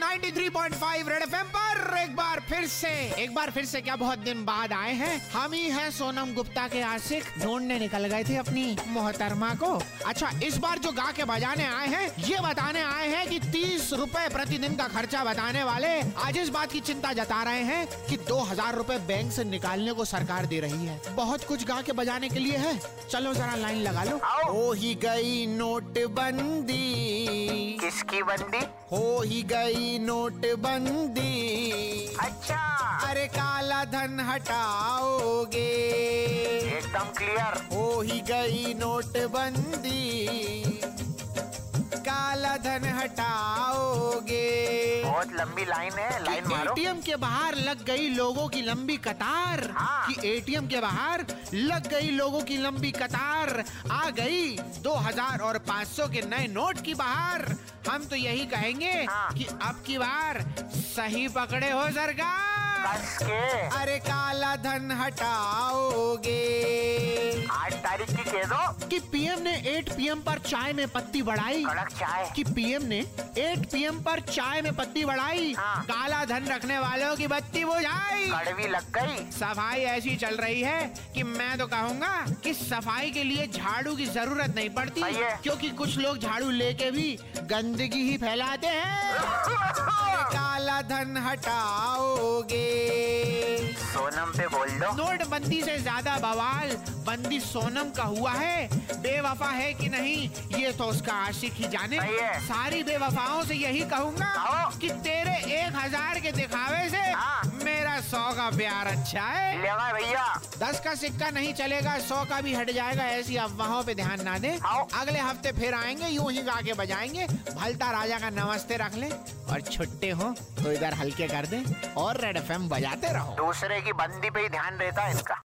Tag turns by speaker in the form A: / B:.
A: 93.5 Red FM पर एक बार फिर से एक बार फिर से क्या बहुत दिन बाद आए हैं हम ही हैं सोनम गुप्ता के आशिक ढूंढने निकल गए थे अपनी मोहतरमा को अच्छा इस बार जो गा के बजाने आए हैं ये बताने आए हैं कि तीस रुपए प्रतिदिन का खर्चा बताने वाले आज इस बात की चिंता जता रहे हैं कि दो हजार रूपए बैंक से निकालने को सरकार दे रही है बहुत कुछ गा के बजाने के लिए है चलो जरा लाइन लगा लो
B: आओ।
A: हो ही गई नोटबंदी
B: किसकी बंदी
A: हो ही गई नोटबंदी
B: अच्छा
A: अरे काला धन हटाओगे
B: एकदम क्लियर
A: हो ही गई नोटबंदी काला धन हटाओगे
B: बहुत लंबी लाइन है लाइन मारो
A: एटीएम के बाहर लग गई लोगों की लंबी कतार
B: हाँ।
A: कि एटीएम के बाहर लग गई लोगों की लंबी कतार आ गई 2000 और 500 के नए नोट की बाहर हम तो यही कहेंगे
B: हाँ।
A: कि अब की बार सही पकड़े हो सरकार
B: बस के
A: अरे काला धन हटाओगे
B: आठ तारीख की कह दो
A: कि पीएम ने 8 पीएम पर चाय में पत्ती बढ़ाई
B: कड़क चाय
A: कि पीएम ने 8 पीएम पर चाय में पत्ती बढ़ाई
B: हाँ।
A: काला धन रखने वालों की बत्ती बुझाई
B: कड़वी लग गई
A: सफाई ऐसी चल रही है कि मैं तो कहूँगा कि सफाई के लिए झाड़ू की जरूरत नहीं पड़ती
B: सही है।
A: क्योंकि कुछ लोग झाड़ू लेके भी गंदगी ही फैलाते हैं
B: हाँ।
A: काला धन हटाओगे
B: सोनम पे बोल दो
A: नोटबंदी से ज्यादा बवाल बंदी सोनम का हुआ है बेवफा है कि नहीं ये तो उसका आशिक ही जाने
B: सही है।
A: सारी बेवफाओं से यही कहूँगा
B: आओ।
A: कि तेरे एक हजार के दिखावे से
B: हाँ।
A: मेरा सौ का प्यार अच्छा है
B: ले गए भैया
A: दस का सिक्का नहीं चलेगा सौ का भी हट जाएगा ऐसी अफवाहों पे ध्यान ना दे
B: आओ।
A: अगले हफ्ते फिर आएंगे यूं ही गा के बजाएंगे भलता राजा का नमस्ते रख ले और छुट्टे हो तो इधर हल्के कर दे और रेड एफ बजाते रहो
B: दूसरे की बंदी पे ही ध्यान रहता है इनका